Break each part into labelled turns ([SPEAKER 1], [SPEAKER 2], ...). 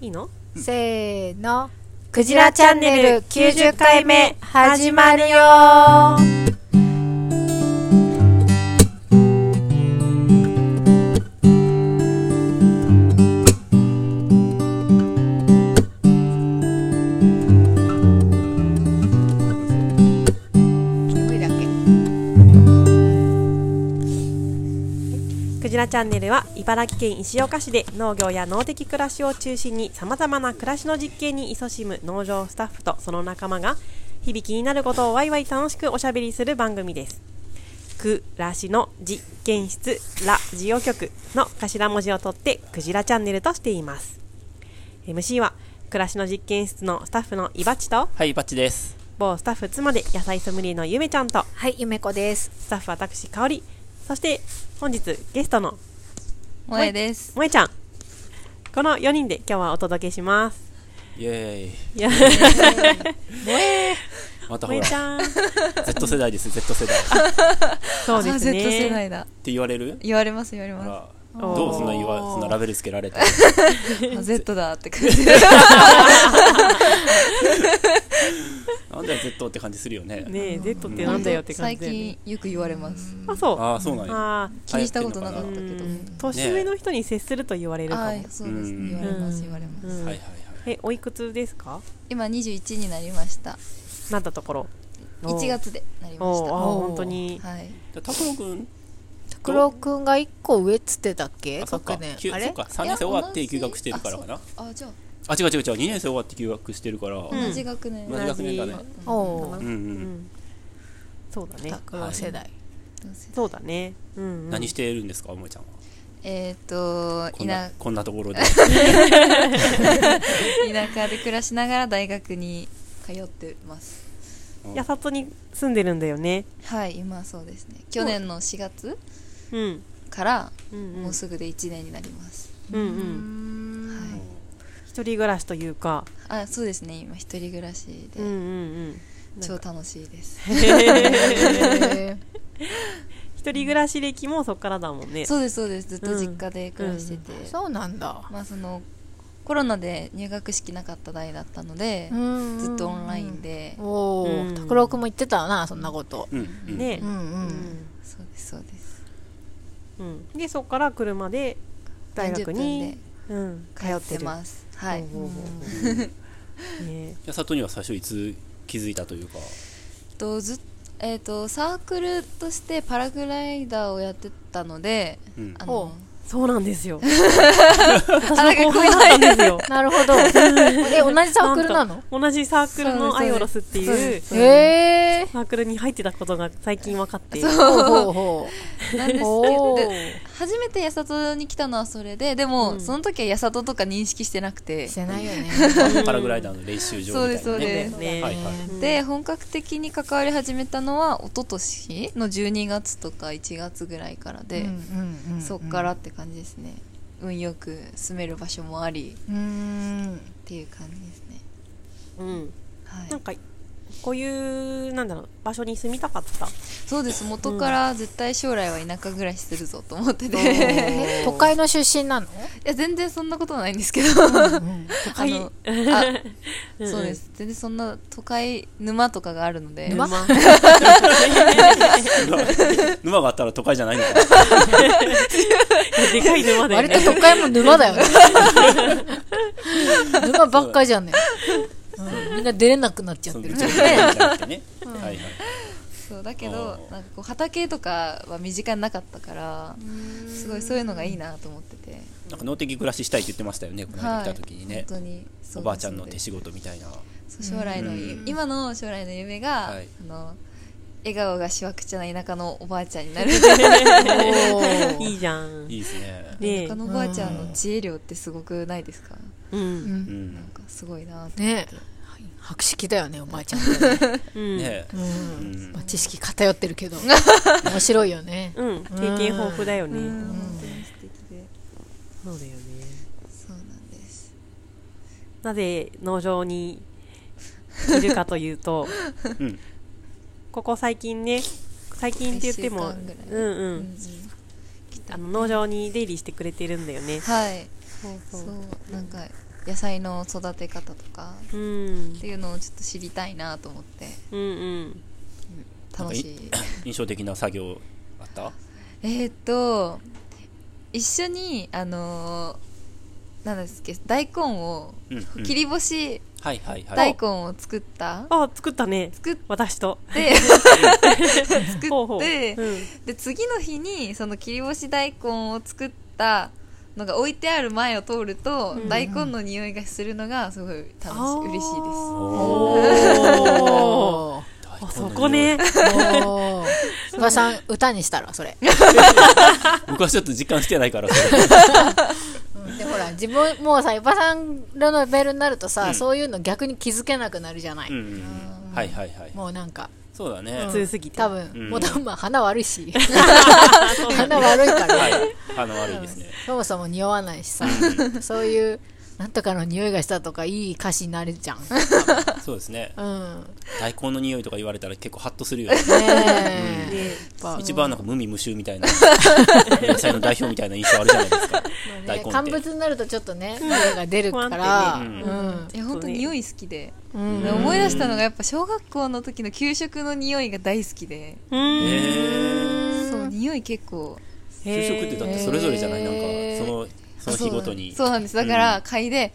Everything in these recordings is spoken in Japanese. [SPEAKER 1] いいの
[SPEAKER 2] せーの。クジラチャンネル90回目始まるよー
[SPEAKER 1] ク
[SPEAKER 2] 無理だっけ
[SPEAKER 1] ジラチャンネルは茨城県石岡市で農業や農的暮らしを中心にさまざまな暮らしの実験に勤しむ農場スタッフとその仲間が日々気になることをワイワイ楽しくおしゃべりする番組です。暮らしの実験室ラジオ局の頭文字を取ってクジラチャンネルとしています。MC は暮らしの実験室のスタッフのいばちと
[SPEAKER 3] はい、バッチです。
[SPEAKER 1] 某スタッフ妻で野菜ソムリエのゆめちゃんと
[SPEAKER 2] はい、ゆめこです。
[SPEAKER 1] スタッフ私香りそして本日ゲストの
[SPEAKER 4] 萌えです。
[SPEAKER 1] 萌えちゃんこの4人で今日はお届けします
[SPEAKER 3] イエーイ。
[SPEAKER 1] い や
[SPEAKER 3] またほ
[SPEAKER 1] 萌え
[SPEAKER 3] ら、
[SPEAKER 1] ちゃん
[SPEAKER 3] Z 世代です、Z 世代。っ
[SPEAKER 1] そうです
[SPEAKER 4] あ Z 世
[SPEAKER 1] ね
[SPEAKER 4] 代だ。
[SPEAKER 3] て言われる
[SPEAKER 4] 言われます言われ
[SPEAKER 3] ほ
[SPEAKER 4] ま
[SPEAKER 3] ら
[SPEAKER 1] おー
[SPEAKER 3] どうそんな言わ、そんなラベルつけられて。
[SPEAKER 4] す。あ Z だって感じ。
[SPEAKER 3] なんだよ、Z って感じするよね。
[SPEAKER 1] ねえ Z って なんだよって感じ
[SPEAKER 4] 最
[SPEAKER 1] だよね
[SPEAKER 4] 近よく言われます。
[SPEAKER 1] あそう
[SPEAKER 3] ああ、そうなんや。
[SPEAKER 1] あ
[SPEAKER 4] 気にしたことなかっ
[SPEAKER 1] ー
[SPEAKER 4] た
[SPEAKER 1] う
[SPEAKER 4] けど。
[SPEAKER 1] ん年上の人に接すると言われるかも、
[SPEAKER 4] はい、そう
[SPEAKER 3] う
[SPEAKER 4] です
[SPEAKER 3] ん
[SPEAKER 4] ね。言われます言われ
[SPEAKER 1] う
[SPEAKER 4] ます。
[SPEAKER 1] ん
[SPEAKER 3] はいはいはい。
[SPEAKER 1] えおいくつですか
[SPEAKER 4] 今21になりました。
[SPEAKER 1] なったところ
[SPEAKER 4] 1月でなりまし
[SPEAKER 1] おーあ
[SPEAKER 4] た。
[SPEAKER 1] ー
[SPEAKER 4] は
[SPEAKER 1] 本当に
[SPEAKER 4] い。
[SPEAKER 3] じゃあ、タクロ君、
[SPEAKER 2] クロくんが一個上っつってたっけ
[SPEAKER 3] あ、そっか
[SPEAKER 2] 学、年
[SPEAKER 3] きゅ
[SPEAKER 2] あ
[SPEAKER 3] そっ
[SPEAKER 2] れ
[SPEAKER 3] か、3年生終わって休学してるからかな。
[SPEAKER 4] あ、じゃ
[SPEAKER 3] あ、違う違う違う、2年生終わって休学してるから。
[SPEAKER 4] あ
[SPEAKER 1] ん
[SPEAKER 4] 同じ学年。
[SPEAKER 3] 同じ学年だね。
[SPEAKER 2] おー
[SPEAKER 3] うんう。
[SPEAKER 1] うんんそうだね
[SPEAKER 2] タクロ世代。
[SPEAKER 1] そうだねうん、うん、
[SPEAKER 3] 何してるんですか、おもちゃんは。
[SPEAKER 4] えっと
[SPEAKER 3] こんな
[SPEAKER 4] 田、
[SPEAKER 3] こんなところで。
[SPEAKER 4] 田舎で暮らしながら大学に通ってます。
[SPEAKER 1] 八里に住んでるんだよね
[SPEAKER 4] はい、今そうですね。去年の4月
[SPEAKER 1] うん
[SPEAKER 4] から
[SPEAKER 1] うんうん
[SPEAKER 4] もうすぐで1年になります。
[SPEAKER 1] うんうん
[SPEAKER 4] はい。
[SPEAKER 1] 一人暮らしというか
[SPEAKER 4] あそうですね今一人暮らしで、
[SPEAKER 1] うんうんうん
[SPEAKER 4] 超楽しいです
[SPEAKER 2] へー
[SPEAKER 1] 一人暮らし歴もそっからだもんね
[SPEAKER 4] そうですそうですずっと実家で暮らしてて、
[SPEAKER 2] そうなんだ。
[SPEAKER 4] まあそのコロナで入学式なかった代だったので、ずっとオンラインで、
[SPEAKER 2] おお
[SPEAKER 1] うん
[SPEAKER 2] 拓郎君も言ってたなそんなこと
[SPEAKER 3] うんうん。
[SPEAKER 1] ね
[SPEAKER 2] うん
[SPEAKER 4] う
[SPEAKER 2] うん
[SPEAKER 4] ん、そうですそうです
[SPEAKER 1] うんでそっから車で大学にうん
[SPEAKER 4] 30分で通ってますはい、
[SPEAKER 1] ほうほうほう ね
[SPEAKER 3] じゃあ、里には最初いつ気づいたというか。
[SPEAKER 4] とずっえー、とサークルとしてパラグライダーをやってたので、
[SPEAKER 3] うん
[SPEAKER 4] あ
[SPEAKER 2] おう
[SPEAKER 4] の
[SPEAKER 1] そうなんです よ私
[SPEAKER 4] あな
[SPEAKER 1] の
[SPEAKER 4] んか
[SPEAKER 1] 後
[SPEAKER 4] 怖い
[SPEAKER 1] 輩だったんですよ
[SPEAKER 2] なるほどえ同じサークルなの
[SPEAKER 1] んと同じサークルの
[SPEAKER 4] そうで
[SPEAKER 1] ア
[SPEAKER 4] すそうです
[SPEAKER 1] イオロスって
[SPEAKER 4] そう
[SPEAKER 1] い
[SPEAKER 4] で
[SPEAKER 1] う
[SPEAKER 4] す
[SPEAKER 2] へえ
[SPEAKER 1] サークルに入ってたことが最近分かって
[SPEAKER 2] ほうほうほ
[SPEAKER 4] なんですけ
[SPEAKER 2] う
[SPEAKER 4] ど
[SPEAKER 2] おー
[SPEAKER 4] 初めて八里に来たのはそれででも、
[SPEAKER 1] うん
[SPEAKER 4] その時は八里とか認識してなくて
[SPEAKER 2] してないよね
[SPEAKER 3] パラグライダーの練習場みたいな、ね。
[SPEAKER 4] そうですそう
[SPEAKER 1] です
[SPEAKER 3] はいはい。
[SPEAKER 1] うん
[SPEAKER 4] で本格的に関わり始めたのは一昨年の12月とか1月ぐらいからで、そっからって感じですね運よく住める場所もあり
[SPEAKER 2] うーん
[SPEAKER 4] っていう感じですね
[SPEAKER 1] うん
[SPEAKER 4] はい
[SPEAKER 1] なんかこういうなんだろう場所に住みたかった
[SPEAKER 4] そうです元から絶対将来は田舎暮らしするぞと思ってて、 い
[SPEAKER 2] え都会の出身なの
[SPEAKER 4] や全然そんなことはないんですけど、あのあそうです全然そんな都会沼とかがあるので
[SPEAKER 2] 沼
[SPEAKER 3] 沼があったら都会じゃないのか
[SPEAKER 1] でかい沼だよ
[SPEAKER 2] 割
[SPEAKER 1] ね
[SPEAKER 2] と都会も沼だよね沼ばっかじゃんねうんみんな出れなくなっちゃ
[SPEAKER 3] そ
[SPEAKER 2] っ
[SPEAKER 3] う
[SPEAKER 2] てる
[SPEAKER 3] めちゃくちゃじゃなくてね。はいはい。
[SPEAKER 4] そうだけど
[SPEAKER 3] おー
[SPEAKER 4] なんかこう畑とかは身近になかったからすごいそういうのがいいなと思ってて
[SPEAKER 3] なんか農的暮らししたいって言ってましたよね、この間来た時に
[SPEAKER 4] 本
[SPEAKER 3] ね。
[SPEAKER 4] 当にそう
[SPEAKER 3] おばあちゃんの
[SPEAKER 4] そう
[SPEAKER 3] 手仕事みたいな。
[SPEAKER 4] そう将来のゆ今の将来の夢が、
[SPEAKER 3] はい
[SPEAKER 4] あの笑顔がしわくちゃな田舎のおばあちゃんに なる
[SPEAKER 2] おー
[SPEAKER 1] いいじゃん
[SPEAKER 3] いいですね。
[SPEAKER 1] ねえ
[SPEAKER 4] 田舎のおばあちゃんの知恵量ってすごくないですか、
[SPEAKER 1] う
[SPEAKER 2] うん
[SPEAKER 3] うんん
[SPEAKER 4] なん。かすごいなって
[SPEAKER 2] ねえ博識だよねおばあちゃんってね
[SPEAKER 1] うん
[SPEAKER 2] う
[SPEAKER 3] ねえ。うんん
[SPEAKER 2] まあ、知識偏ってるけ ど面白いよね
[SPEAKER 1] うん経験豊富だよ
[SPEAKER 4] うん
[SPEAKER 1] ね
[SPEAKER 4] 本当に素敵で
[SPEAKER 1] そうだよね
[SPEAKER 4] そうなんです
[SPEAKER 1] なぜ農場にいるかというと
[SPEAKER 3] うん
[SPEAKER 1] ここ最近ね最近って言っても
[SPEAKER 4] 一週間ぐら
[SPEAKER 1] うんう
[SPEAKER 4] いうんん来た
[SPEAKER 1] あの農場に出入りしてくれてるんだよね
[SPEAKER 4] はい
[SPEAKER 1] そう
[SPEAKER 4] そうなんか野菜の育て方とか
[SPEAKER 1] うんうん
[SPEAKER 4] っていうのをちょっと知りたいなと思って
[SPEAKER 1] うん
[SPEAKER 4] 楽しい
[SPEAKER 3] 印象的な作業あった
[SPEAKER 4] えーっと一緒にあのーなんですっけ大根を、
[SPEAKER 3] うんうん
[SPEAKER 4] 切り干し
[SPEAKER 3] はいはいは
[SPEAKER 4] 大
[SPEAKER 3] い
[SPEAKER 4] 根を作った
[SPEAKER 1] あ作ったね
[SPEAKER 4] 作って
[SPEAKER 1] 私と
[SPEAKER 4] 作って
[SPEAKER 1] ほうほううん
[SPEAKER 4] で次の日にその切り干し大根を作ったのが置いてある前を通ると、
[SPEAKER 1] うん
[SPEAKER 4] 大根の匂いがするのがすごい
[SPEAKER 1] あ
[SPEAKER 4] 楽し
[SPEAKER 1] ー
[SPEAKER 4] 嬉しいです
[SPEAKER 1] おー
[SPEAKER 2] おー
[SPEAKER 1] あそこね
[SPEAKER 2] おー。ばさん、歌にしたら、そ れ。
[SPEAKER 3] 僕はちょっと実感してないからそれ
[SPEAKER 2] で、ほら、自分、もうさ、ばさんのレベルになるとさ、そういうの逆に気づけなくなるじゃない。
[SPEAKER 3] うんうんうんはいはいはい
[SPEAKER 2] もうなんか、
[SPEAKER 3] そうだね
[SPEAKER 1] 普通すぎて
[SPEAKER 2] 多
[SPEAKER 1] 分
[SPEAKER 2] 分、
[SPEAKER 3] うん
[SPEAKER 2] もう多分、鼻悪い し。
[SPEAKER 1] あそうだ
[SPEAKER 2] 鼻悪いから。
[SPEAKER 3] はいあの悪いですね
[SPEAKER 2] そもそも匂わないしさ、そういう、なんとかの匂いがしたとか、いい歌詞になるじ ゃん。
[SPEAKER 3] そうですね
[SPEAKER 2] うん。
[SPEAKER 3] 大根の匂いとか言われたら結構ハッとするよね
[SPEAKER 2] ね え。
[SPEAKER 1] ね
[SPEAKER 2] やっぱ
[SPEAKER 3] 一番なんか無味無臭みたいな野菜の代表みたいな印象あるじゃないですか大根って
[SPEAKER 2] 乾物になるとちょっとね、匂いが出るから、
[SPEAKER 1] 不
[SPEAKER 3] 安
[SPEAKER 2] うん。
[SPEAKER 3] 定
[SPEAKER 4] いや本当に匂い好きで、
[SPEAKER 2] うん
[SPEAKER 4] で思い出したのがやっぱ小学校の時の給食の匂いが大好きで、
[SPEAKER 1] うーん
[SPEAKER 4] そう匂い結構
[SPEAKER 3] 給食ってだってそれぞれじゃないなんか
[SPEAKER 2] へー
[SPEAKER 3] そのその日ごとに
[SPEAKER 4] そうなんですだから嗅いで、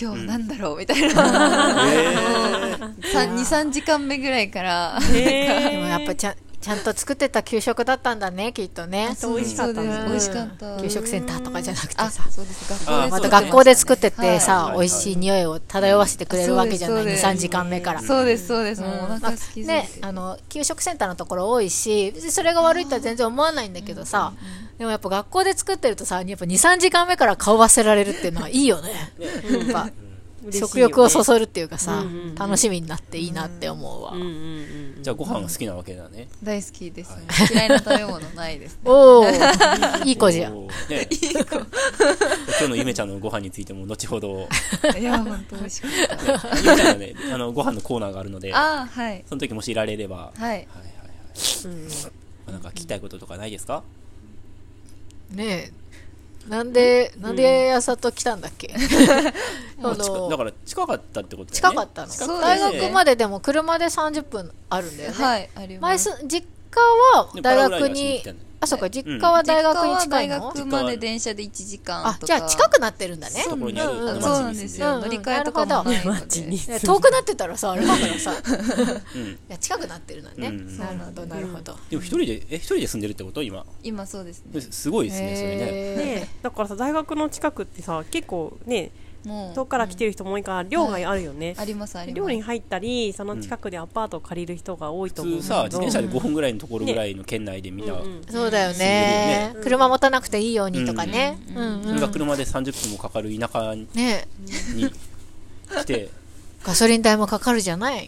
[SPEAKER 4] 今日は何だろうみたいな、
[SPEAKER 3] へー
[SPEAKER 4] 23時間目ぐらいから
[SPEAKER 2] でもやっぱちゃんちゃんと作ってた給食だったんだねきっとね
[SPEAKER 1] そう美味しかったんだ
[SPEAKER 4] そうです美味しかった
[SPEAKER 2] 給食センターとかじゃなくて
[SPEAKER 4] あ
[SPEAKER 2] さ
[SPEAKER 4] そうです学校
[SPEAKER 3] あ
[SPEAKER 4] で
[SPEAKER 2] また
[SPEAKER 3] そうです
[SPEAKER 2] 学校で作ってて
[SPEAKER 4] はい
[SPEAKER 2] さ、
[SPEAKER 3] はい
[SPEAKER 2] 美味しい匂いを漂わせてくれるわけじゃない
[SPEAKER 4] そうです
[SPEAKER 2] 23時間目から
[SPEAKER 4] そうですそうです、
[SPEAKER 2] うん
[SPEAKER 4] もうお腹空きすぎて、
[SPEAKER 2] ね、あの給食センターのところ多いし別にそれが悪いとは全然思わないんだけどさ、でもやっぱ学校で作ってるとさやっぱ23時間目から顔忘れられるっていうのはいいよねやっぱ食欲をそそるっていうか
[SPEAKER 1] う
[SPEAKER 2] さ、
[SPEAKER 1] んうんうん
[SPEAKER 2] 楽しみになっていいなって思うわ、
[SPEAKER 1] うんうんうん
[SPEAKER 3] じゃあご飯が好きなわけだね
[SPEAKER 4] 大好きです、嫌いな食べ物ないです
[SPEAKER 2] おお いい子じゃん
[SPEAKER 3] おーね今日のゆめちゃんのご飯についても後 ほど
[SPEAKER 4] いや本当美味しかっ
[SPEAKER 3] ゆめちゃんのねあのご飯のコーナーがあるので
[SPEAKER 4] たああはい
[SPEAKER 3] その時もしいられればはい
[SPEAKER 4] はい
[SPEAKER 3] はいはいなんか聞きたいこととかないですか
[SPEAKER 2] ねえなんで、なんで朝と来たんだっ けあ
[SPEAKER 3] まあ近だ
[SPEAKER 2] の
[SPEAKER 3] から近かったってことだよね
[SPEAKER 2] 近かったの、
[SPEAKER 3] 近
[SPEAKER 4] くて
[SPEAKER 2] 大学まででも車で30分あるんだよね、
[SPEAKER 4] はいありま
[SPEAKER 2] 前
[SPEAKER 4] す
[SPEAKER 2] す実家は
[SPEAKER 3] で
[SPEAKER 2] 大
[SPEAKER 3] パラグラ
[SPEAKER 2] 学
[SPEAKER 3] イダーしに
[SPEAKER 2] に
[SPEAKER 3] 来たんだ
[SPEAKER 2] あそうか実家は大学に近い
[SPEAKER 4] 実家
[SPEAKER 2] の
[SPEAKER 4] は大、学まで電車で1時間
[SPEAKER 2] あ
[SPEAKER 4] とか
[SPEAKER 2] じゃあ近くなってるんだね
[SPEAKER 3] ところにある
[SPEAKER 4] あ
[SPEAKER 3] 町
[SPEAKER 4] そうな
[SPEAKER 3] に
[SPEAKER 4] ん
[SPEAKER 3] 住ん
[SPEAKER 4] です
[SPEAKER 3] で
[SPEAKER 4] よ、
[SPEAKER 2] うんうん
[SPEAKER 4] 乗り換えとかもないの
[SPEAKER 1] 街
[SPEAKER 4] で
[SPEAKER 1] に
[SPEAKER 2] いや遠くなってたらさあれだからさい
[SPEAKER 3] うん
[SPEAKER 2] や近くなってるんだね、
[SPEAKER 3] うん
[SPEAKER 2] なるほどなるほど、
[SPEAKER 3] でも一人でえ一人で住んでるってこと今
[SPEAKER 4] 今そうですね
[SPEAKER 3] すごいですねそれね
[SPEAKER 2] へえ
[SPEAKER 1] ねだからさ大学の近くってさ結構ね
[SPEAKER 4] もう
[SPEAKER 1] 遠くから来てる人も多いから寮があるよね
[SPEAKER 4] ありますありま
[SPEAKER 1] 寮
[SPEAKER 4] す
[SPEAKER 1] に入ったりその近くでアパートを借りる人が多いと思
[SPEAKER 3] 普
[SPEAKER 1] う
[SPEAKER 3] 通
[SPEAKER 1] んだ
[SPEAKER 3] さ
[SPEAKER 1] け
[SPEAKER 3] 自
[SPEAKER 1] ど
[SPEAKER 3] 転車で5分ぐらいのところぐらいの県内でみんな、
[SPEAKER 1] うんうん
[SPEAKER 2] そうだよ
[SPEAKER 3] 住んでる
[SPEAKER 2] ね車持たなくていいようにとかね、うんうん
[SPEAKER 3] それが車で30分もかかる田舎に
[SPEAKER 2] ねえ
[SPEAKER 3] 来て、
[SPEAKER 2] ガソリン代もかかるじゃない、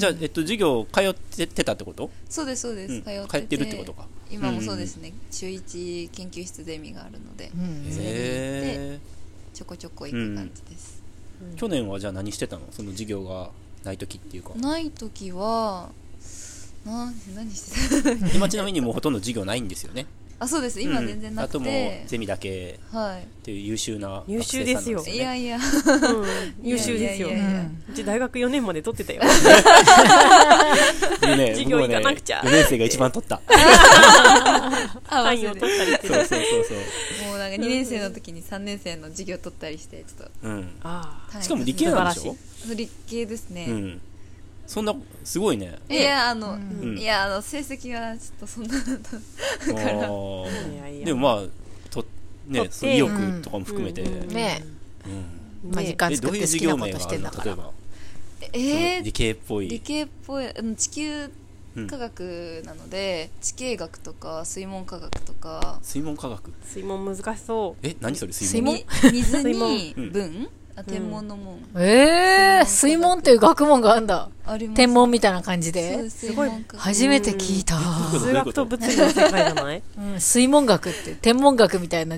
[SPEAKER 3] じゃあ、えっと、授業通ってたってこと
[SPEAKER 4] そうですそうです、
[SPEAKER 3] うん
[SPEAKER 4] 通って
[SPEAKER 3] 通ってるってことか
[SPEAKER 4] 今もそうですね、週一研究室ゼミがあるので、
[SPEAKER 2] うん
[SPEAKER 3] へ
[SPEAKER 4] ちょこちょこ行く感じです、
[SPEAKER 3] え去年はじゃあ何してたのその授業がない時っていうか
[SPEAKER 4] ない時はな何してた
[SPEAKER 3] 今ちなみにもうほとんど授業ないんですよね
[SPEAKER 4] あそうです今全然なく
[SPEAKER 3] うんあと
[SPEAKER 4] て
[SPEAKER 3] もう、ゼミだけ
[SPEAKER 4] はい
[SPEAKER 3] っていう優秀な
[SPEAKER 1] 優
[SPEAKER 3] 学
[SPEAKER 1] 秀
[SPEAKER 3] 生
[SPEAKER 1] で
[SPEAKER 3] さん
[SPEAKER 1] す
[SPEAKER 3] なん
[SPEAKER 1] よ
[SPEAKER 3] ですよ、ね、
[SPEAKER 4] いやいや
[SPEAKER 1] うん優秀ですよ
[SPEAKER 4] いやいやいやいや
[SPEAKER 1] うち大学4年まで取ってた よ
[SPEAKER 3] でね
[SPEAKER 1] 授業
[SPEAKER 3] 僕もね
[SPEAKER 1] 行かなくちゃ
[SPEAKER 3] 4年生が一番取った
[SPEAKER 1] 単位を取ったりして
[SPEAKER 3] そうそうそうそう、
[SPEAKER 4] もうなんか2年生の時に3年生の授業取ったりしてちょっと
[SPEAKER 3] うん、
[SPEAKER 1] ああ
[SPEAKER 4] 単位
[SPEAKER 3] しかも理系なんでし
[SPEAKER 1] 素晴
[SPEAKER 3] ょ
[SPEAKER 1] ら
[SPEAKER 4] そう理系ですね、
[SPEAKER 3] うんそんなすごいね
[SPEAKER 4] いやあの、
[SPEAKER 3] ん
[SPEAKER 4] いやあの成績はちょっとそんな
[SPEAKER 3] あ ー
[SPEAKER 1] いやいや
[SPEAKER 3] でもまあと
[SPEAKER 1] 取っ
[SPEAKER 3] ね
[SPEAKER 1] て
[SPEAKER 3] その意欲とかも含めて、うん
[SPEAKER 2] ねえ、まあ、時
[SPEAKER 1] ね
[SPEAKER 2] 間作って好きなことしてんだか
[SPEAKER 3] 例え
[SPEAKER 2] ら
[SPEAKER 3] ば
[SPEAKER 4] え
[SPEAKER 3] その
[SPEAKER 4] ー
[SPEAKER 3] 理、系っぽい
[SPEAKER 4] 理系っぽいあの地球
[SPEAKER 3] うん
[SPEAKER 4] 科学なので、地形学とか水文科学とか
[SPEAKER 3] 水門科学
[SPEAKER 1] 水門難しそ
[SPEAKER 3] え何それ水
[SPEAKER 2] 水
[SPEAKER 3] 門
[SPEAKER 2] 門
[SPEAKER 4] に水
[SPEAKER 3] 水
[SPEAKER 4] に
[SPEAKER 3] 門
[SPEAKER 4] 文、あ天文の門、
[SPEAKER 2] ええ水門っていう学問があんだ
[SPEAKER 4] あります
[SPEAKER 2] 天文みたいな感じ
[SPEAKER 4] そう
[SPEAKER 2] です
[SPEAKER 4] 水門科学
[SPEAKER 2] 初めて聞いた、
[SPEAKER 1] う数学と物理の世界じゃない
[SPEAKER 2] うん、水門学って天文学みたいな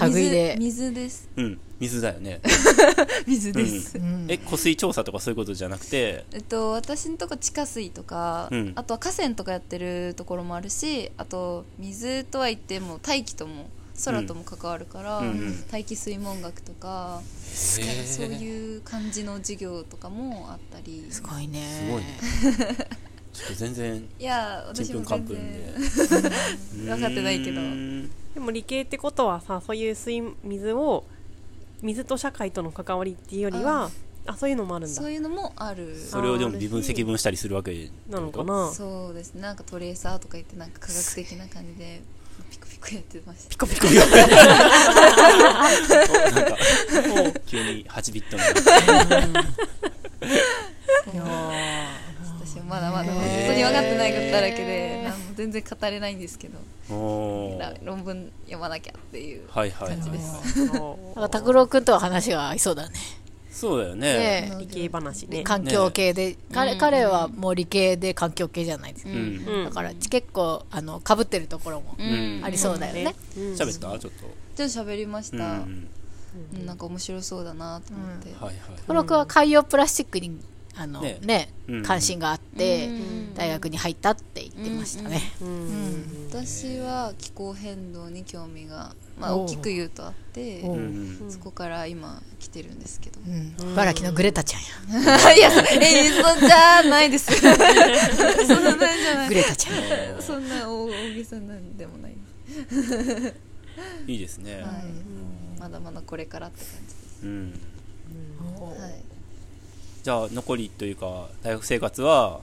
[SPEAKER 2] 類で
[SPEAKER 4] 水水 です
[SPEAKER 3] うん水だよね、
[SPEAKER 4] 水
[SPEAKER 3] う
[SPEAKER 2] ん
[SPEAKER 3] んえ湖水調査とかそういうことじゃなくて
[SPEAKER 4] えっと、私のとこ地下水とか、
[SPEAKER 3] うん
[SPEAKER 4] あとは河川とかやってるところもあるしあと水とは言っても大気とも空とも関わるから、
[SPEAKER 3] うんうん
[SPEAKER 4] 大気水文学とかなんかそういう感じの授業とかもあったり
[SPEAKER 2] すごいね
[SPEAKER 3] すごいねちょっと全然
[SPEAKER 4] いや
[SPEAKER 3] ち
[SPEAKER 4] 私
[SPEAKER 3] んぷ
[SPEAKER 4] も
[SPEAKER 3] んか
[SPEAKER 4] 全
[SPEAKER 3] んぷん
[SPEAKER 4] 然
[SPEAKER 3] で
[SPEAKER 4] わかってないけど
[SPEAKER 3] うーん
[SPEAKER 1] でも理系ってことはさそういう水水を水と社会との関わりっていうよりはあそういうのもあるんだ
[SPEAKER 4] そういうのもある
[SPEAKER 3] それをでも微分積分したりするわけ
[SPEAKER 1] なのかな
[SPEAKER 4] そうですねなんかトレーサーとか言ってなんか科学的な感じでピコピコやってました
[SPEAKER 3] ピコピコ言われるおなんか 急に8ビットの
[SPEAKER 2] いやー
[SPEAKER 4] 私はまだまだ
[SPEAKER 2] へー
[SPEAKER 4] 本当に分かってないことだらけでなんも全然語れないんですけど
[SPEAKER 3] おー
[SPEAKER 4] 論文読まなきゃっていう
[SPEAKER 3] はいはいはい
[SPEAKER 4] 感じです
[SPEAKER 1] そう
[SPEAKER 2] なんか拓郎君とは話が合いそうだね
[SPEAKER 3] そうだよね
[SPEAKER 2] ね
[SPEAKER 1] 理系話ね
[SPEAKER 2] 環境系で、彼彼はもう理系で環境系じゃないですか、
[SPEAKER 3] うん
[SPEAKER 1] うん
[SPEAKER 2] だから結構あの被ってるところも
[SPEAKER 3] うん
[SPEAKER 2] ありそうだよね,、
[SPEAKER 1] うん
[SPEAKER 3] 喋ったちょっと
[SPEAKER 4] ちょっと喋りまし
[SPEAKER 3] うん
[SPEAKER 4] た、
[SPEAKER 3] うん
[SPEAKER 4] うんなんか面白そうだなと思って、
[SPEAKER 3] はいはい
[SPEAKER 2] この子は海洋プラスチックにあの、
[SPEAKER 3] ね
[SPEAKER 2] ね
[SPEAKER 3] うん
[SPEAKER 2] 関心があって、
[SPEAKER 4] うん
[SPEAKER 2] 大学に入ったって言ってましたね、
[SPEAKER 1] うん
[SPEAKER 4] 私は気候変動に興味が、まあ、
[SPEAKER 2] おう
[SPEAKER 4] 大きく言うとあって
[SPEAKER 2] お
[SPEAKER 3] う
[SPEAKER 2] うん
[SPEAKER 4] そこから今来てるんです けど、
[SPEAKER 2] うん茨城のグレタちゃんや、
[SPEAKER 4] いやえそうじゃな いですそんなんじゃな
[SPEAKER 2] グ
[SPEAKER 4] い
[SPEAKER 2] レタちゃんや
[SPEAKER 4] そんな大大げさなんでもない、
[SPEAKER 3] いいですね
[SPEAKER 4] はいまだまだこれからって感じです、
[SPEAKER 3] うん
[SPEAKER 4] はい
[SPEAKER 3] じゃあ残りというか大学生活は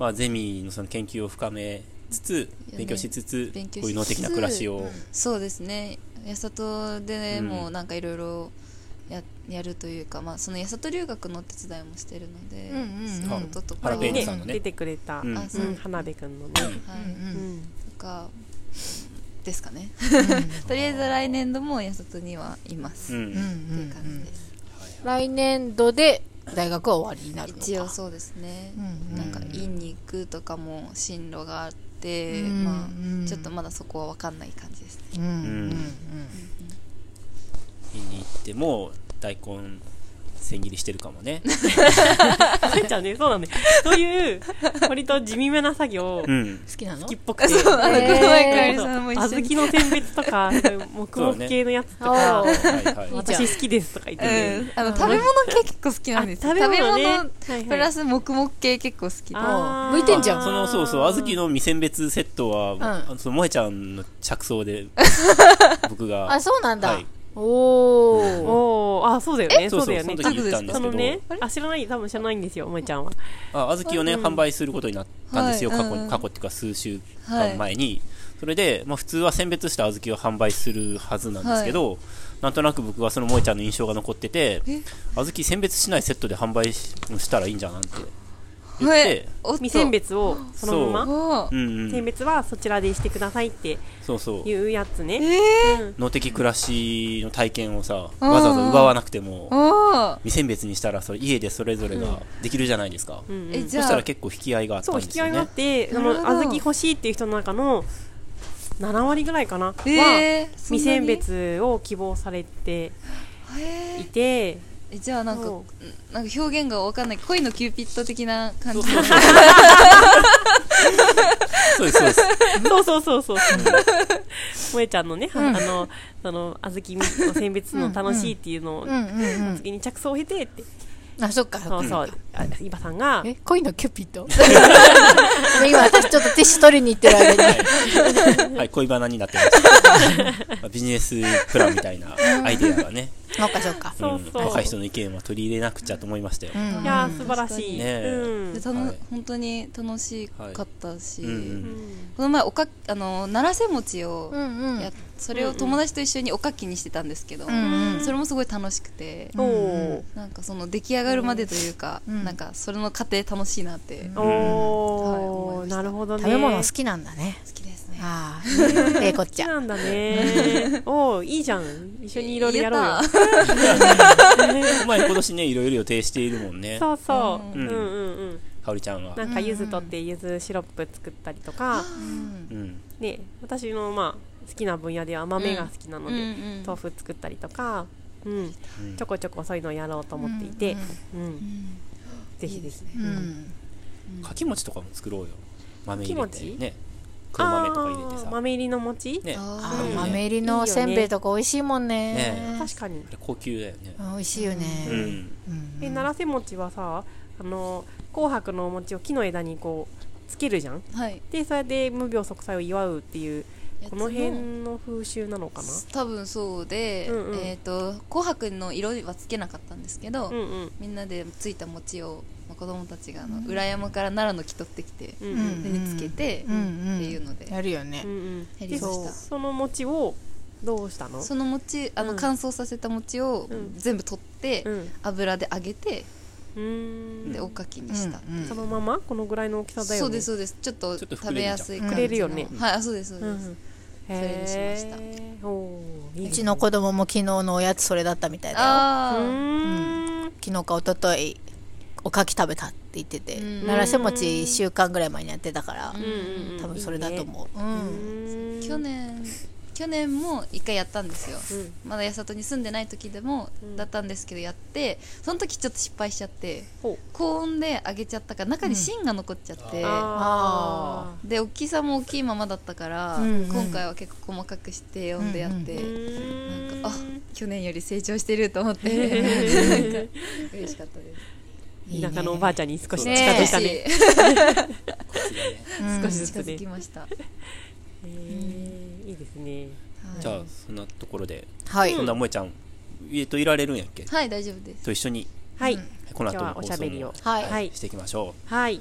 [SPEAKER 3] まあゼミのその研究を深めつつ
[SPEAKER 4] いやね
[SPEAKER 3] 勉強しつつ
[SPEAKER 4] 勉強しつつ
[SPEAKER 3] こういう能的な暮らしを
[SPEAKER 4] そうですね八里で
[SPEAKER 3] うん
[SPEAKER 4] もなんかいろいろややるというか、まあ、その八里留学のお手伝いもしてるので、
[SPEAKER 2] うんうんうん
[SPEAKER 4] そういうことと
[SPEAKER 3] あ
[SPEAKER 4] か
[SPEAKER 3] ら
[SPEAKER 4] も
[SPEAKER 3] ベン
[SPEAKER 1] ね
[SPEAKER 3] チさんのね
[SPEAKER 1] 出てくれた
[SPEAKER 3] うん
[SPEAKER 4] あそうう、
[SPEAKER 1] ん
[SPEAKER 4] は
[SPEAKER 1] 花部君のね
[SPEAKER 2] う
[SPEAKER 4] い、
[SPEAKER 1] うんん
[SPEAKER 4] とかですかね とりあえず来年度も八里にはいます、
[SPEAKER 3] う
[SPEAKER 4] っ
[SPEAKER 3] ん
[SPEAKER 2] うんうん
[SPEAKER 4] ていう感じです、
[SPEAKER 2] 来年度で大学は終わりになるのか
[SPEAKER 4] 一応そうですね、
[SPEAKER 2] うんうん
[SPEAKER 4] なんか院に行くとかも進路があって、
[SPEAKER 2] うん
[SPEAKER 4] ま
[SPEAKER 2] うん
[SPEAKER 4] あ、ちょっとまだそこは分かんない感じですね
[SPEAKER 2] うんうんうん
[SPEAKER 3] 見に行っても大根千切りしてるかもね
[SPEAKER 1] そうじゃねそうだねそういう割と地味めな作業
[SPEAKER 3] うん
[SPEAKER 2] 好きなの
[SPEAKER 1] 好きっぽくて
[SPEAKER 4] あの、
[SPEAKER 2] へー
[SPEAKER 4] この前か
[SPEAKER 1] そうそ
[SPEAKER 4] おり
[SPEAKER 1] う
[SPEAKER 4] さんも一緒に
[SPEAKER 1] 小豆の選別とかそういう黙々系のやつとか
[SPEAKER 2] そ、うね
[SPEAKER 3] はいはい
[SPEAKER 2] お
[SPEAKER 1] 私好きですとか言ってね、
[SPEAKER 4] うんあの食べ物系結構好きなんですよ
[SPEAKER 1] あ食べ物ねはいはい
[SPEAKER 4] プラス黙々系結構好きで
[SPEAKER 1] あー
[SPEAKER 2] 向いてんじゃん
[SPEAKER 3] そのそうそう小豆の未選別セットは、
[SPEAKER 2] ん
[SPEAKER 3] あのその萌ちゃんの着想で僕が
[SPEAKER 2] あそうなんだ、
[SPEAKER 3] はい
[SPEAKER 2] おお、
[SPEAKER 1] おおあそうだよね
[SPEAKER 3] そ
[SPEAKER 1] そう
[SPEAKER 3] うそ
[SPEAKER 1] だよね
[SPEAKER 3] うその時言ったんです
[SPEAKER 1] そ
[SPEAKER 3] け
[SPEAKER 1] の
[SPEAKER 3] ど、
[SPEAKER 1] ねあ知らない多分知らないんですよ萌ちゃんは
[SPEAKER 3] あ小豆をね、販売することになったんですよ、
[SPEAKER 4] はい
[SPEAKER 3] 過去
[SPEAKER 4] うんう
[SPEAKER 3] に
[SPEAKER 4] ん
[SPEAKER 3] 過去っていうか数週間前に、それで、まあ、普通は選別した小豆を販売するはずなんですけど、なんとなく僕はその萌ちゃんの印象が残ってて
[SPEAKER 4] え
[SPEAKER 3] 小豆選別しないセットで販売ししたらいいんじゃんなんて言っ
[SPEAKER 4] はい
[SPEAKER 3] て、
[SPEAKER 4] おっと
[SPEAKER 1] 未選別をそのまま
[SPEAKER 4] おー
[SPEAKER 3] うんう
[SPEAKER 1] 選
[SPEAKER 3] ん、
[SPEAKER 1] 別はそちらでしてくださいって
[SPEAKER 3] そうそう
[SPEAKER 1] いうやつね、
[SPEAKER 4] えー
[SPEAKER 3] 能的暮らしの体験をさわざわざ奪わなくても
[SPEAKER 4] おー
[SPEAKER 3] 未選別にしたらそれ家でそれぞれができるじゃないですか、
[SPEAKER 1] うんうん
[SPEAKER 4] え
[SPEAKER 3] そ
[SPEAKER 4] じ
[SPEAKER 3] した
[SPEAKER 4] ゃ
[SPEAKER 3] ら
[SPEAKER 4] あ
[SPEAKER 3] 結構引き合いがあったん
[SPEAKER 1] そう
[SPEAKER 3] で
[SPEAKER 1] 引
[SPEAKER 3] す
[SPEAKER 1] き合
[SPEAKER 3] よ
[SPEAKER 1] いがあっ
[SPEAKER 3] ね
[SPEAKER 1] てそ
[SPEAKER 4] な
[SPEAKER 1] の
[SPEAKER 4] るほど
[SPEAKER 1] 小豆欲しいっていう人の中の7割ぐらいかな、は
[SPEAKER 4] えーそんなに
[SPEAKER 1] 未選別を希望されて
[SPEAKER 4] へ
[SPEAKER 1] い
[SPEAKER 4] ー
[SPEAKER 1] て
[SPEAKER 4] えじゃあなんか
[SPEAKER 1] そ
[SPEAKER 4] なんか表現がわかんない恋のキューピッド的な感じ
[SPEAKER 3] そうそうですそうです
[SPEAKER 1] そうそうそうそう。 萌えちゃんのね、あの、その、あずきを選別するの楽しいっていうのを
[SPEAKER 2] う、んうんうん
[SPEAKER 1] 次に着想を経てって、
[SPEAKER 2] あそっかそっか
[SPEAKER 1] そうそう、あ伊庭さんが、
[SPEAKER 2] え恋のキューピッ ドで今私ちょっとティッシュ取りに行ってる間に
[SPEAKER 3] はい、恋バナになってました。まあビジネスプランみたいなアイデアがね、
[SPEAKER 2] そっかそっか
[SPEAKER 1] そうそう
[SPEAKER 3] 若い人の意見は取り入れなくちゃと思いましたよ。
[SPEAKER 1] いやー、素晴らしい。
[SPEAKER 3] ねえ
[SPEAKER 1] うん
[SPEAKER 4] でたの
[SPEAKER 3] はい
[SPEAKER 4] 本当に楽しかったし、
[SPEAKER 3] うんう
[SPEAKER 1] うんん
[SPEAKER 4] この前おかあの奈良瀬餅を
[SPEAKER 2] うんうん
[SPEAKER 4] やっそれを友達と一緒におかきにしてたんですけど、
[SPEAKER 2] んうん
[SPEAKER 4] それもすごい楽しくて、
[SPEAKER 1] お
[SPEAKER 4] なんかその出来上がるまでというか、
[SPEAKER 2] うん
[SPEAKER 4] なんかそれの過程楽しいなって、
[SPEAKER 1] ー
[SPEAKER 4] 好はい
[SPEAKER 1] お
[SPEAKER 4] 思
[SPEAKER 1] ー、
[SPEAKER 4] いました
[SPEAKER 1] なるほどね。
[SPEAKER 2] 食べ物好
[SPEAKER 1] 好
[SPEAKER 2] きなんだね
[SPEAKER 4] きですね
[SPEAKER 2] あ あええこっち
[SPEAKER 1] き
[SPEAKER 2] ゃ
[SPEAKER 1] なんだね。おー、いいじゃん。一緒にいろいろやろうよ
[SPEAKER 4] 言え。
[SPEAKER 3] お前今年ね、いろいろ予定しているもんね。
[SPEAKER 1] そうそう。う
[SPEAKER 3] う
[SPEAKER 1] んんうんうん。
[SPEAKER 3] かおりちゃんは。
[SPEAKER 1] なんか、柚子とって柚子シロップ作ったりとか、
[SPEAKER 4] うん
[SPEAKER 3] うん。
[SPEAKER 1] ね、私の、まあ、好きな分野では豆が好きなの
[SPEAKER 4] うん
[SPEAKER 1] で、
[SPEAKER 4] うん
[SPEAKER 1] 豆腐作ったりとか、うん、
[SPEAKER 3] ん
[SPEAKER 1] ちょこちょこそういうのをやろうと思っていて、うんぜひぜひ
[SPEAKER 2] うん
[SPEAKER 3] かき餅とかも作ろうよ。豆
[SPEAKER 1] き
[SPEAKER 3] 入れ
[SPEAKER 1] 餅
[SPEAKER 3] て。ね。黒豆とか入れてさ、
[SPEAKER 1] 豆入りの餅、
[SPEAKER 3] ね、
[SPEAKER 4] あ
[SPEAKER 2] あ
[SPEAKER 4] ー
[SPEAKER 3] いいよね
[SPEAKER 2] 豆入りのせんべいとか美味しいもんね
[SPEAKER 3] ね
[SPEAKER 1] 確かに
[SPEAKER 3] あれ高級だよね、
[SPEAKER 2] 美味しいよね、
[SPEAKER 3] うん
[SPEAKER 2] うん
[SPEAKER 1] え奈良瀬餅はさあの紅白のお餅を木の枝にこうつけるじゃん
[SPEAKER 4] はい
[SPEAKER 1] でそれで無病息災を祝うっていうこの辺
[SPEAKER 4] やつも
[SPEAKER 1] の風習なのか
[SPEAKER 4] 多分そうで、
[SPEAKER 1] うんうん
[SPEAKER 4] えっ、と「紅白」の色はつけなかったんですけど、
[SPEAKER 1] なうんうん
[SPEAKER 4] みんなでついた餅を、まあ、子供たちがあの裏山から奈良の木取ってきて、
[SPEAKER 1] うんう
[SPEAKER 2] うん
[SPEAKER 1] ん
[SPEAKER 4] 手につけて、
[SPEAKER 2] うんうん
[SPEAKER 4] っていうので
[SPEAKER 2] やるよね
[SPEAKER 1] うんうん
[SPEAKER 4] や
[SPEAKER 1] で
[SPEAKER 4] りま
[SPEAKER 1] そ
[SPEAKER 4] した
[SPEAKER 1] その餅をどうしたの
[SPEAKER 4] その餅あの、
[SPEAKER 1] うん
[SPEAKER 4] 乾燥させた餅を
[SPEAKER 1] うん
[SPEAKER 4] 全部取って、
[SPEAKER 1] うんう
[SPEAKER 4] 油で揚げて
[SPEAKER 1] ーん
[SPEAKER 4] でおかきにした、
[SPEAKER 2] うんうん
[SPEAKER 1] そのままこのぐらいの大きさだよね
[SPEAKER 4] そうですそうですちょっと
[SPEAKER 3] ちょっと膨れるじゃん
[SPEAKER 4] 食べやすい感じの
[SPEAKER 1] くれるよね
[SPEAKER 4] はいあそうですそう
[SPEAKER 1] う
[SPEAKER 4] で
[SPEAKER 1] ん
[SPEAKER 4] す、
[SPEAKER 1] うん
[SPEAKER 4] れにしました
[SPEAKER 1] へーおーいいね
[SPEAKER 2] うちの子供も昨日のおやつそれだったみたいだよ
[SPEAKER 1] う
[SPEAKER 4] ああ、
[SPEAKER 1] ーん
[SPEAKER 2] 昨日か一昨日おかき食べたって言ってて
[SPEAKER 4] うん
[SPEAKER 2] 奈良瀬餅1週間ぐらい前にやってたから
[SPEAKER 4] ん
[SPEAKER 1] うんうん
[SPEAKER 2] 多分それだと思うう
[SPEAKER 1] いいね
[SPEAKER 2] ん
[SPEAKER 1] うーん
[SPEAKER 4] 去年去年も一回やったんですよ
[SPEAKER 1] うん
[SPEAKER 4] まだ八里に住んでない時でも
[SPEAKER 1] うん
[SPEAKER 4] だったんですけどやってその時ちょっと失敗しちゃって
[SPEAKER 1] ほう
[SPEAKER 4] 高温で揚げちゃったから中に芯が残っちゃって、
[SPEAKER 1] あ
[SPEAKER 4] で大きさも大きいままだったから、
[SPEAKER 2] うんうん
[SPEAKER 4] 今回は結構細かくして読んでやって、
[SPEAKER 1] ーう
[SPEAKER 4] な
[SPEAKER 1] ー
[SPEAKER 4] ん
[SPEAKER 1] ん
[SPEAKER 4] かあ去年より成長してると思って、なんか嬉しかったです
[SPEAKER 2] いい ね
[SPEAKER 1] 田舎のおばあちゃんに少し近
[SPEAKER 3] ね
[SPEAKER 1] づいたね
[SPEAKER 4] 嬉し
[SPEAKER 3] こっちがね
[SPEAKER 2] うん
[SPEAKER 4] い少し近づきました、
[SPEAKER 1] へーいいですね
[SPEAKER 4] はい
[SPEAKER 3] じゃあそんなところで、
[SPEAKER 2] はい
[SPEAKER 3] そんな萌ちゃん家といられるんやっけ、
[SPEAKER 4] はい大丈夫です
[SPEAKER 3] と一緒に
[SPEAKER 1] はい
[SPEAKER 3] この後
[SPEAKER 1] 今日
[SPEAKER 3] の
[SPEAKER 1] はお
[SPEAKER 3] 放
[SPEAKER 1] しゃ
[SPEAKER 3] 送
[SPEAKER 1] べりを
[SPEAKER 3] も、
[SPEAKER 2] はい
[SPEAKER 1] はい
[SPEAKER 3] していきましょう
[SPEAKER 1] はい